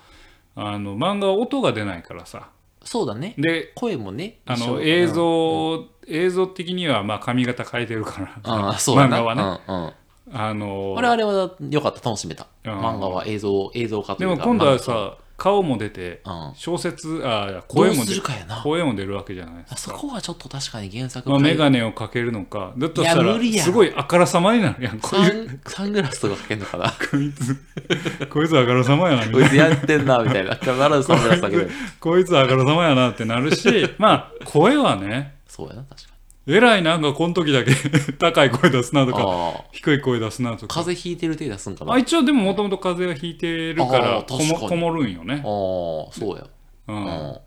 Speaker 1: あの漫画は音が出ないからさ。
Speaker 2: そうだね。
Speaker 1: で、
Speaker 2: 声もね、
Speaker 1: あ
Speaker 2: 一緒
Speaker 1: の
Speaker 2: うん
Speaker 1: 映像、映像的にはまあ髪型変えてるから、
Speaker 2: [LAUGHS] ああ、そうだな
Speaker 1: 漫画はね
Speaker 2: うんうん
Speaker 1: あの
Speaker 2: 我々は良かった、楽しめた。
Speaker 1: うん
Speaker 2: 漫画は映像、映像化と
Speaker 1: で
Speaker 2: いうか。
Speaker 1: も今度はさ、顔も出て、
Speaker 2: 漫画、
Speaker 1: 小説、あ
Speaker 2: うん。ど
Speaker 1: 声
Speaker 2: う
Speaker 1: も
Speaker 2: す
Speaker 1: 出
Speaker 2: るかやな。
Speaker 1: 声も出るわけじゃないです
Speaker 2: あ
Speaker 1: か。
Speaker 2: そこはちょっと確かに原作
Speaker 1: まあ、眼
Speaker 2: 変え
Speaker 1: 鏡をかけるのか。だとした
Speaker 2: いや
Speaker 1: ら
Speaker 2: 無理、やん
Speaker 1: すごいあからさまになるやん。こ
Speaker 2: サンサングラスとかかけんのかな
Speaker 1: こいつ、こいつあからさまやな、みたい
Speaker 2: こ
Speaker 1: な。
Speaker 2: いつやってんな、みたいな。必ずサングラスだけで。
Speaker 1: こいつあからさまやなってなるし、
Speaker 2: [LAUGHS]
Speaker 1: まあ、声はね、
Speaker 2: そうやな、確かに。
Speaker 1: えらいなんかこの時だけ [LAUGHS] 高い声出すなとか、
Speaker 2: ああ。
Speaker 1: 低い声出すなとか。
Speaker 2: 風邪ひいてる手出すんかな。
Speaker 1: あ
Speaker 2: ああ、
Speaker 1: 一応でももともと風邪をひいてるから
Speaker 2: あー
Speaker 1: こ
Speaker 2: 確
Speaker 1: も
Speaker 2: かに
Speaker 1: こもるんよね。
Speaker 2: そうや。
Speaker 1: う、
Speaker 2: うんん。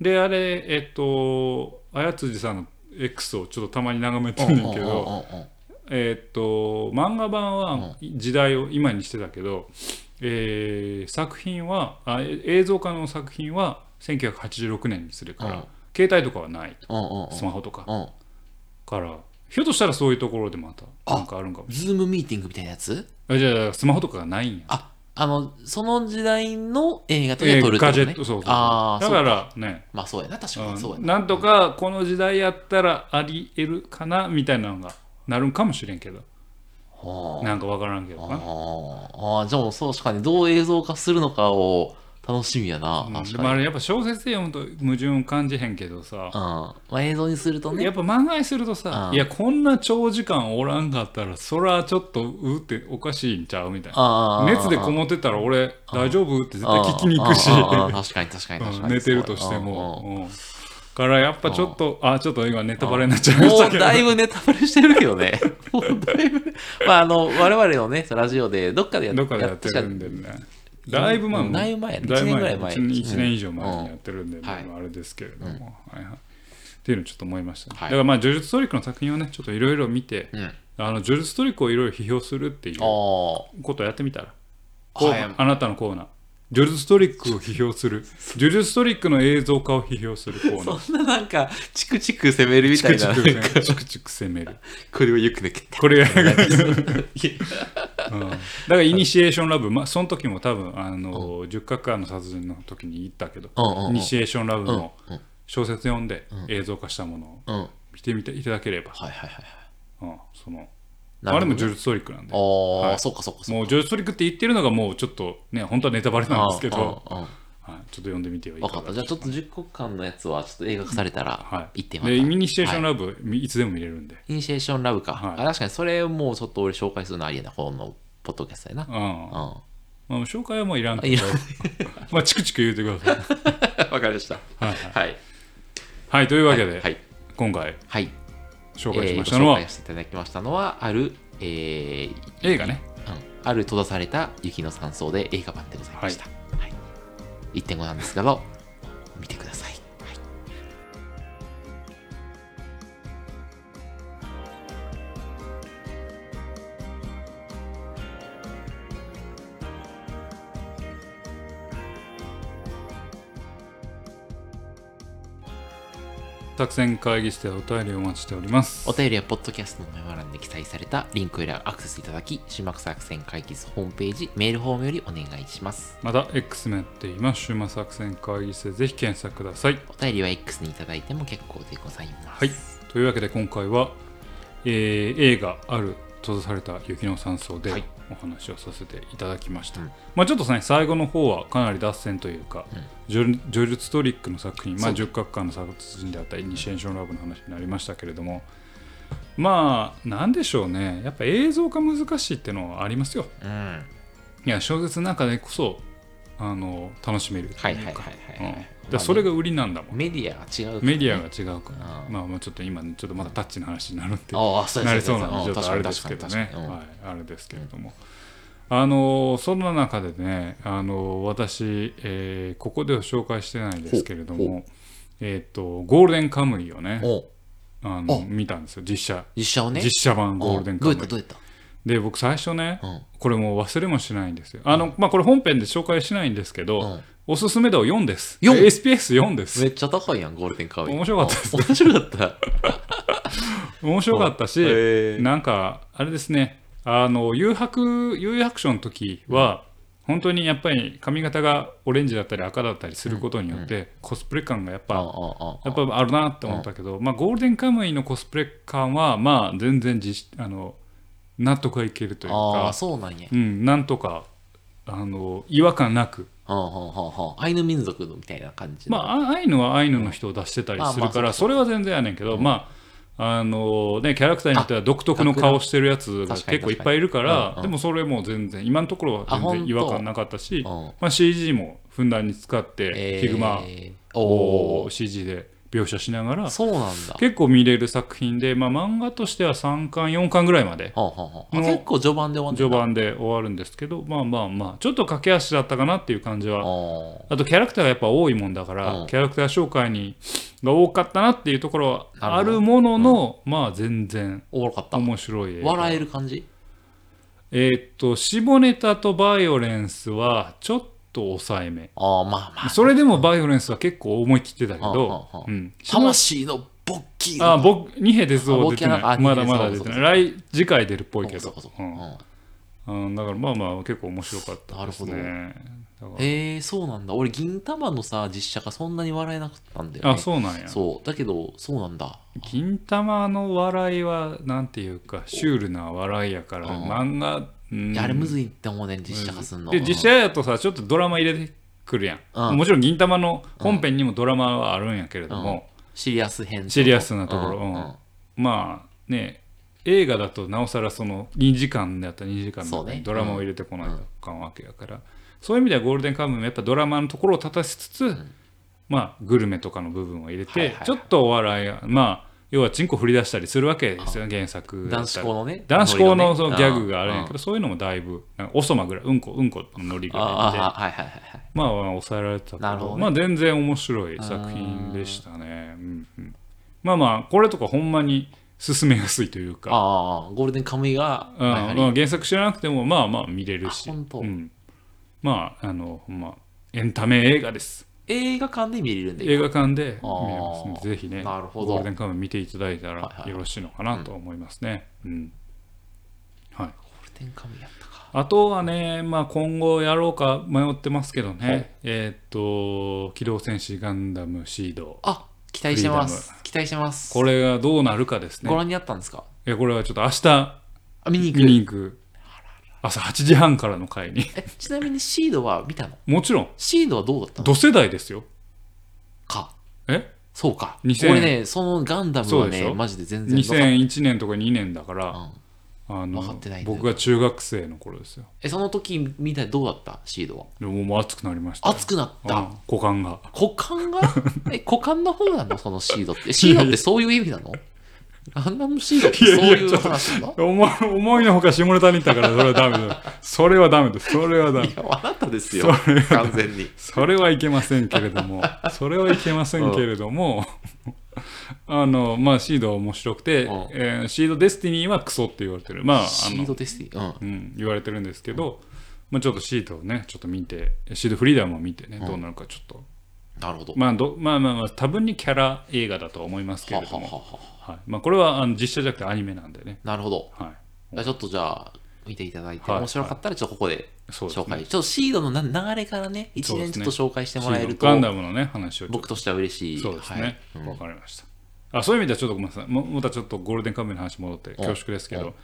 Speaker 1: であれえっとあやつじさんの X をちょっとたまに眺めてるんだけど、
Speaker 2: うんうんうんうん
Speaker 1: えーっと漫画版は時代を今にしてたけど、えー作品はあえ映像化の作品は1986年にするから、
Speaker 2: うん
Speaker 1: 携帯とかはない
Speaker 2: うんうん
Speaker 1: スマホとか、
Speaker 2: うんうん。
Speaker 1: からひょっとしたらそういうところでまた
Speaker 2: あ
Speaker 1: なんかあるんかも
Speaker 2: ズームミーティングみたいなやつ
Speaker 1: あじゃあスマホとかがないんや
Speaker 2: あ、あの、その時代の映画とかで撮るって
Speaker 1: ガ
Speaker 2: こと
Speaker 1: ジェ
Speaker 2: ね
Speaker 1: ッ。トそうそう
Speaker 2: ああ、
Speaker 1: だ
Speaker 2: そう
Speaker 1: からね
Speaker 2: まあそうやな、確かにそう
Speaker 1: う
Speaker 2: や
Speaker 1: ん
Speaker 2: な。
Speaker 1: なんとかこの時代やったらありえるかなみたいなのがなるんかもしれんけど
Speaker 2: はあ
Speaker 1: なんかわからんけどな
Speaker 2: ああ、じゃあもうそう確かにどう映像化するのかを楽しみやな。
Speaker 1: うん
Speaker 2: 確
Speaker 1: で
Speaker 2: か
Speaker 1: も
Speaker 2: に。
Speaker 1: あ
Speaker 2: うん。
Speaker 1: れやっぱ小説で読むと矛盾を感じへんけどさ、
Speaker 2: まあ映像にすると
Speaker 1: や
Speaker 2: ね
Speaker 1: っ。ぱ漫画にするとさ、
Speaker 2: うん
Speaker 1: いやこんな長時間おらんかったらそらちょっとうっておかしいんちゃうみたいな
Speaker 2: ああ。
Speaker 1: 熱でこ
Speaker 2: っ
Speaker 1: もってたら俺大丈夫って絶対聞きに行くし
Speaker 2: 確かに確かに確
Speaker 1: う
Speaker 2: か
Speaker 1: ん
Speaker 2: に。
Speaker 1: 寝てるとして
Speaker 2: うんうん。
Speaker 1: も。うんからやっぱちょっとあちょっと今ネタバレになっちゃいまし
Speaker 2: も
Speaker 1: た
Speaker 2: う
Speaker 1: けど
Speaker 2: だいぶネタバレしてるけ
Speaker 1: [LAUGHS]
Speaker 2: どね。もうだいぶ。まああの、我々のね、ラジオでどっかでや
Speaker 1: どっかでやってるんでねだいぶ前
Speaker 2: うんだいぶ前やね
Speaker 1: だいぶ
Speaker 2: 一年ぐらい前
Speaker 1: 一一年以上前にやってるんで
Speaker 2: んはい
Speaker 1: まああれですけれどもはいはいっていうのをちょっと思いましたね
Speaker 2: は
Speaker 1: だ
Speaker 2: い
Speaker 1: からまあ呪術トリックの作品をねちょっといろいろ見て
Speaker 2: うん。あ
Speaker 1: あの呪術トリックをいろいろ批評するっていう
Speaker 2: あ。
Speaker 1: ことをやってみたら、こう
Speaker 2: はい
Speaker 1: あなたのコーナー呪術トリックを批評する呪術トリックの映像化を批評するコーナー
Speaker 2: そんななんか、チクチク攻めるみ
Speaker 1: チ
Speaker 2: たい
Speaker 1: クチ [LAUGHS]
Speaker 2: な、
Speaker 1: ク
Speaker 2: なんか
Speaker 1: 攻めチクチク攻める
Speaker 2: これをよく抜けて。
Speaker 1: これや
Speaker 2: [LAUGHS]
Speaker 1: る
Speaker 2: いや
Speaker 1: うんだからイニシエーションラブ、まあ、その時も多分あの、10角川の殺人の時に言ったけど、
Speaker 2: うんうんうん
Speaker 1: イニシエーションラブの
Speaker 2: うん
Speaker 1: 小説読んで映像化したものを
Speaker 2: うん。はい
Speaker 1: 見てみていただければ、
Speaker 2: はいはいはい。
Speaker 1: うんその
Speaker 2: な
Speaker 1: あれも
Speaker 2: るほど
Speaker 1: 呪術トリックなんで
Speaker 2: あ
Speaker 1: も
Speaker 2: あ、
Speaker 1: はい
Speaker 2: そうかそうか
Speaker 1: う
Speaker 2: そうか。
Speaker 1: 呪術トリックって言ってるのがもうちょっとね本当はネタバレなんですけど、
Speaker 2: うんうんうん
Speaker 1: はい、ちょっと読んでみてはい
Speaker 2: わ
Speaker 1: い
Speaker 2: か
Speaker 1: か
Speaker 2: った。
Speaker 1: が
Speaker 2: じゃあちょっと10国間のやつはちょっと映画化されたら
Speaker 1: は
Speaker 2: 行って
Speaker 1: い、
Speaker 2: また、
Speaker 1: でイニシエーション
Speaker 2: はい
Speaker 1: ラブ、い、つでも見れるんで、
Speaker 2: イニシエーションラブか、
Speaker 1: はい
Speaker 2: あ確かにそれもうちょっと俺紹介するのありえないこのポッドキャストやな
Speaker 1: う
Speaker 2: うんん [LAUGHS]
Speaker 1: まあ、
Speaker 2: わ
Speaker 1: 紹介はもういらんけ
Speaker 2: い
Speaker 1: ど
Speaker 2: ら
Speaker 1: [LAUGHS] まあチクチク言うてください
Speaker 2: かりました
Speaker 1: はい、
Speaker 2: はい
Speaker 1: はい、というわけで、
Speaker 2: はい
Speaker 1: 今回
Speaker 2: はい
Speaker 1: 紹
Speaker 2: え
Speaker 1: 介し
Speaker 2: ー
Speaker 1: ま
Speaker 2: ご
Speaker 1: したの
Speaker 2: 紹
Speaker 1: は、
Speaker 2: 介していただきましたのはあるえー
Speaker 1: 映画ね
Speaker 2: うんある閉ざされた雪の山荘で映画版でございました、はい1.5なんですけど [LAUGHS] 見てください、はい
Speaker 1: 作戦会議室ではお便りをお待ちしております
Speaker 2: お便りはポッドキャストのメモ欄で記載されたリンクよりアクセスいただき、島草作戦解決ホームページ、メールフォームよりお願いします。
Speaker 1: また X もやっています週末作戦会議室でぜひ検索ください
Speaker 2: お便りは X にいただいても結構でございま
Speaker 1: は
Speaker 2: す。
Speaker 1: いというわけで今回は、えー映画「ある閉ざされた雪の山荘」で
Speaker 2: はい
Speaker 1: お話をさせていただきました、
Speaker 2: うん
Speaker 1: まあちょっとね最後の方はかなり脱線というか、
Speaker 2: うん
Speaker 1: 呪呪術トリックの作品、まあ、
Speaker 2: そ
Speaker 1: 十角館の殺人であったりイニシエーションラブの話になりましたけれどもまあなんでしょうねやっぱ映像化難しいってのはありますよ
Speaker 2: うん。はい
Speaker 1: いや小説の中でこそあの楽しめるって
Speaker 2: はいいう
Speaker 1: か
Speaker 2: はいはい
Speaker 1: うん
Speaker 2: は
Speaker 1: だ
Speaker 2: い
Speaker 1: か。らそれが売りなんだもん、
Speaker 2: メディアが違う、
Speaker 1: メディアが。違うから、
Speaker 2: うん
Speaker 1: まあまあちょっと今ねちょっとまだタッチの話になるって
Speaker 2: ああ、そう
Speaker 1: なり
Speaker 2: です
Speaker 1: そうなんでちょっとあれ
Speaker 2: で
Speaker 1: ですす
Speaker 2: 確
Speaker 1: け
Speaker 2: か
Speaker 1: ど
Speaker 2: に確
Speaker 1: ね、
Speaker 2: かにうん
Speaker 1: はい、あれですけれども、あのそんな中でねあの私、えーここでは紹介してないですけれど
Speaker 2: ほう
Speaker 1: もえっ、とゴールデンカムイをね
Speaker 2: お
Speaker 1: あの
Speaker 2: あ
Speaker 1: 見たんですよ実写
Speaker 2: 実写をね。
Speaker 1: 実写版ゴールデンカム
Speaker 2: うん
Speaker 1: イ
Speaker 2: どうやったど
Speaker 1: で僕最初ね
Speaker 2: うやっ
Speaker 1: これもう忘れもしないんですよあの、まあ、これ本編で紹介しないんですけど、
Speaker 2: たうん。うん。
Speaker 1: おすすめ度4です
Speaker 2: 4?
Speaker 1: SPS4 です
Speaker 2: めっちゃ高いやん、ゴールデンカウイ。
Speaker 1: 面白かった
Speaker 2: うん面白かった。
Speaker 1: 面白かったし、
Speaker 2: へー
Speaker 1: なんかあれですねあの誘白誘白書の時は、本当にやっぱり髪型がオレンジだったり赤だったりすることによって、コスプレ感がやっぱ、やっ
Speaker 2: っ
Speaker 1: ぱあるなって思ったけど、まあ、ゴールデンカムイのコスプレ感はまあ全然実あの納得がいけるという
Speaker 2: ああ、
Speaker 1: か、
Speaker 2: そうなんや。
Speaker 1: うん、なんとかあの違和感なく
Speaker 2: はあはあはあアイヌ民族のみたいな感じの
Speaker 1: まあ、あアイヌはアイヌの人を出してたりするか
Speaker 2: まあまあ
Speaker 1: ら、それは全然やねんけど、まあ、あのね、キャラクターによっては独特の顔してるやつが
Speaker 2: 確かに
Speaker 1: 結構いっぱいいるか
Speaker 2: 確かにうんう
Speaker 1: ら、
Speaker 2: ん
Speaker 1: でもそれも全然、今のところは
Speaker 2: あ本
Speaker 1: 全
Speaker 2: 当
Speaker 1: 然違和感なかったし、
Speaker 2: うん
Speaker 1: まあ、CG もふんだんに使って、ヒグマ
Speaker 2: えーお
Speaker 1: を
Speaker 2: ー
Speaker 1: CG で描写しながら、
Speaker 2: そうなんだ
Speaker 1: 結構見れる作品で、まあ、漫画としては3巻、4巻ぐらいまで。
Speaker 2: はあはあはあ
Speaker 1: の
Speaker 2: 結構序盤で終わんねん
Speaker 1: 序
Speaker 2: な
Speaker 1: 盤で終わるんですけど、まあまあまあ、ちょっと駆け足だったかなっていう感じは
Speaker 2: あ
Speaker 1: あとキャラクターがやっぱ多いもんだから、
Speaker 2: うん
Speaker 1: キャラクター紹介にが多かったなっていうところはあるものの、まあ全然
Speaker 2: ーおもろかった
Speaker 1: 面白い映画
Speaker 2: 笑える感じ
Speaker 1: えーっと下ネタとバイオレンスはちょっと抑えめ
Speaker 2: ああまあまあ
Speaker 1: それでもバイオレンスは結構思い切ってたけど、
Speaker 2: うんうん
Speaker 1: うん、
Speaker 2: 魂の勃起
Speaker 1: あ僕二平哲
Speaker 2: あ
Speaker 1: 夫
Speaker 2: 僕
Speaker 1: 出てな
Speaker 2: あ
Speaker 1: い
Speaker 2: 二
Speaker 1: ま
Speaker 2: 瓶
Speaker 1: だまだ出て
Speaker 2: 哲夫そうそう
Speaker 1: ない来次回出るっぽいけ
Speaker 2: そう
Speaker 1: ど
Speaker 2: かそうか
Speaker 1: う
Speaker 2: うんん
Speaker 1: うんだからまあまあ結構面白かったですねだから
Speaker 2: えーそうなんだ俺銀玉のさ実写がそんなに笑えなかったんだよね
Speaker 1: あそうなんや
Speaker 2: そうだけどそうなんだ
Speaker 1: 銀玉の笑いはなんていうかシュールな笑いやから
Speaker 2: うん
Speaker 1: 漫画、うん
Speaker 2: いやあれむずいって思うねん実写化すんの
Speaker 1: で実写やとさちょっとドラマ入れてくるやん、
Speaker 2: うん
Speaker 1: もちろん銀玉の本編にもドラマはあるんやけれども、
Speaker 2: シリアス編
Speaker 1: シリアスなところ
Speaker 2: うん
Speaker 1: うんまあね映画だとなおさらその2時間だったら2時間の
Speaker 2: そう
Speaker 1: 中
Speaker 2: ね
Speaker 1: にドラマを入れてこないとあかんわけやから、そういう意味ではゴールデンカムイもやっぱドラマのところを立たしつつ、まあグルメとかの部分を入れて、
Speaker 2: はいはいはい
Speaker 1: ちょっとお笑いがまあ要はチンコ振り出したりするわけですよ原作だっ
Speaker 2: 男
Speaker 1: た
Speaker 2: 子
Speaker 1: ら
Speaker 2: 校のね
Speaker 1: 男子校のそ
Speaker 2: ノリ
Speaker 1: の
Speaker 2: ね
Speaker 1: ギャグがあるんやけ
Speaker 2: う
Speaker 1: どそういうのもだいぶなんかおそまぐらいうんこうんこのノリぐらい
Speaker 2: あ
Speaker 1: で
Speaker 2: ーはいはいはいはい
Speaker 1: まあ抑えられてたけ
Speaker 2: な
Speaker 1: ど
Speaker 2: るほどね
Speaker 1: まあ全然面白い作品でしたねうんうんまあまあこれとかほんまに進めやすいというか、
Speaker 2: ああゴールデンカムイが
Speaker 1: うん
Speaker 2: はいはい
Speaker 1: まあ、原作知らなくてもまあまあ見れるし
Speaker 2: あほんと
Speaker 1: うんまああの、まあ、エンタメ映画です
Speaker 2: 映画館で見れるんで
Speaker 1: 映画館で
Speaker 2: あー
Speaker 1: 見れますのでぜひね
Speaker 2: なるほど
Speaker 1: ゴールデンカムイ見ていただいた
Speaker 2: はい
Speaker 1: ら
Speaker 2: はい
Speaker 1: よろしいのかなと思いますね、うんはい、
Speaker 2: ゴールデンカムイやったか
Speaker 1: あとはね、まあ、今後やろうか迷ってますけどね、えーっと「機動戦士ガンダムシード
Speaker 2: あ期待してま
Speaker 1: フリー
Speaker 2: す期待してま」す
Speaker 1: これがどうなるかです
Speaker 2: ご
Speaker 1: ね
Speaker 2: 覧になったんですか
Speaker 1: いやこれはちょっと明日
Speaker 2: あ見に行
Speaker 1: 見
Speaker 2: く
Speaker 1: に行く朝8時半からの回に
Speaker 2: えちなみにシードは見たの
Speaker 1: もちろん
Speaker 2: シードはどうだったの
Speaker 1: 同世代ですよ
Speaker 2: か
Speaker 1: え
Speaker 2: そうか
Speaker 1: 2000
Speaker 2: 俺ねそのガンダムは
Speaker 1: そうでし
Speaker 2: ね
Speaker 1: ょ
Speaker 2: マジで全然わかん
Speaker 1: 2001年とか2年だから、
Speaker 2: うん
Speaker 1: あ
Speaker 2: わか
Speaker 1: の
Speaker 2: ってないんだよ
Speaker 1: 僕が中学生の頃ですよ
Speaker 2: えその時見たらどうだったシードは
Speaker 1: でももう熱くなりましたよ
Speaker 2: 熱くなっ
Speaker 1: う
Speaker 2: た
Speaker 1: ん股間が
Speaker 2: 股間が [LAUGHS] え股間の方なのそのシードってシードってそういう意味なのガンダムシードってそういう話なの
Speaker 1: 思い思いのほか下ネタに行ったからそれはダメだそれはダメですそれはダメ
Speaker 2: いや、あなたですよ、完全に。
Speaker 1: それはいけませんけれど
Speaker 2: [LAUGHS]
Speaker 1: もそれはいけませんけれどもあのまあシードは面白くて、
Speaker 2: うん
Speaker 1: えーシードデスティニーはクソって言われてるまああ
Speaker 2: シー
Speaker 1: の
Speaker 2: ドデスティニー。うん。
Speaker 1: うん、言われてるんですけど、まあ、ちょっとシートをねちょっと見てシートフリーダムを見てね、
Speaker 2: うん
Speaker 1: どうなるかちょっと、
Speaker 2: なるほど。
Speaker 1: まあ、どまあまあまあ多分にキャラ映画だとは思いますけ
Speaker 2: は
Speaker 1: れ
Speaker 2: は
Speaker 1: ど
Speaker 2: は
Speaker 1: も
Speaker 2: はは。
Speaker 1: はいまあ、これはあの実写じゃなくてアニメなんでね、
Speaker 2: なるほど。
Speaker 1: は
Speaker 2: じゃあちょっとじゃあ、見ていただいて、
Speaker 1: はい
Speaker 2: 面白かったら、ちょっとここで
Speaker 1: い、そうです
Speaker 2: 紹
Speaker 1: ね
Speaker 2: 介。ちょっとシードのな流れからね、一年ちょっと紹介してもらえる
Speaker 1: シードガン
Speaker 2: と、
Speaker 1: ダムのね話をちょっ
Speaker 2: 僕としては嬉し
Speaker 1: と
Speaker 2: い。
Speaker 1: そうです
Speaker 2: はい
Speaker 1: ね、わかりましたあそういう意味ではちょっとごめんなさいままたちょっとゴールデンカムイの話戻って恐縮ですけ
Speaker 2: う
Speaker 1: ど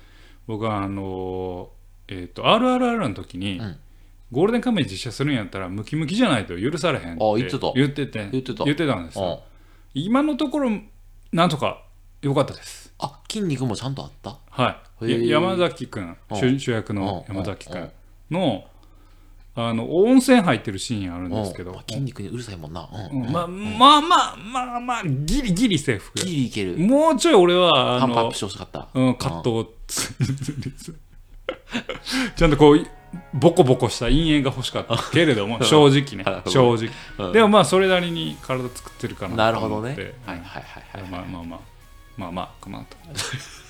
Speaker 1: 僕はあのーえっ、と RRR の時に、
Speaker 2: うん
Speaker 1: ゴールデンカムイ実写するんやったらムキムキじゃないと許されへんって
Speaker 2: あ言ってた
Speaker 1: 言ってて
Speaker 2: 言ってた
Speaker 1: 言ってたんですよ
Speaker 2: うん
Speaker 1: 今のところなんとか良かったです
Speaker 2: あ、筋肉もちゃんとあった
Speaker 1: はい
Speaker 2: へー
Speaker 1: や山崎くん
Speaker 2: うん
Speaker 1: 主主役の山崎く
Speaker 2: うんうん
Speaker 1: んのあの温泉入ってるシーンあるんですけ
Speaker 2: うん
Speaker 1: ど
Speaker 2: あ筋肉にうるさいもんな。
Speaker 1: う
Speaker 2: う
Speaker 1: んんまあまあまあまあまあギリギリセーフ
Speaker 2: ギリいける。
Speaker 1: もうちょい俺は
Speaker 2: パ
Speaker 1: あ
Speaker 2: ンプアッ
Speaker 1: の
Speaker 2: プしてほしかった。
Speaker 1: うんカットをつ [LAUGHS] ちゃんとこうボコボコした陰影が欲しかったけれども正直ね
Speaker 2: はい
Speaker 1: 正直
Speaker 2: うん
Speaker 1: でもまあそれなりに体作ってるか
Speaker 2: な
Speaker 1: な
Speaker 2: る
Speaker 1: と
Speaker 2: ほど
Speaker 1: 思
Speaker 2: ね
Speaker 1: っ。て
Speaker 2: はいはいはい
Speaker 1: まあまあまあまあまあまあと
Speaker 2: はい。 [LAUGHS]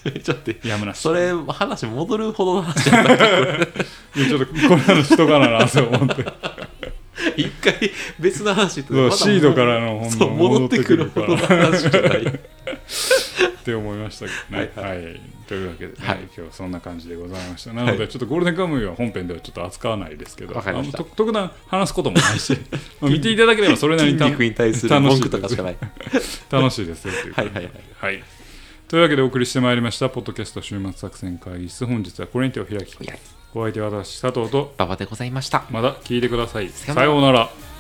Speaker 2: ちょっと待って、
Speaker 1: やむなし
Speaker 2: それ、話戻るほどの話
Speaker 1: [LAUGHS] いやちょっとこれの人かなと思って
Speaker 2: 一回別の話
Speaker 1: そうシードからの
Speaker 2: そう
Speaker 1: 本
Speaker 2: 戻ってくる
Speaker 1: か
Speaker 2: ほどの
Speaker 1: らっ
Speaker 2: 話じゃない
Speaker 1: て思いましたけどね。はい、というわけで、ね
Speaker 2: はい
Speaker 1: 今日はそんな感じでございました。なので、ちょっとゴールデンカムイは本編ではちょっと扱わないですけど、
Speaker 2: わかりました
Speaker 1: あのと特段話すこともない
Speaker 2: [LAUGHS]
Speaker 1: し、まあ見ていただければそれなり
Speaker 2: 筋
Speaker 1: にた
Speaker 2: 肉に対する文句とかし
Speaker 1: [LAUGHS]
Speaker 2: かない
Speaker 1: 楽しいですよということで。
Speaker 2: はいはい
Speaker 1: はいというわけでお送りしてまいりました、ポッドキャスト週末作戦会議室、本日はこれにてお開き
Speaker 2: いや。
Speaker 1: お相手は私、佐藤と、
Speaker 2: 馬場でございました
Speaker 1: また聞いてください。
Speaker 2: ようなら
Speaker 1: さようなら。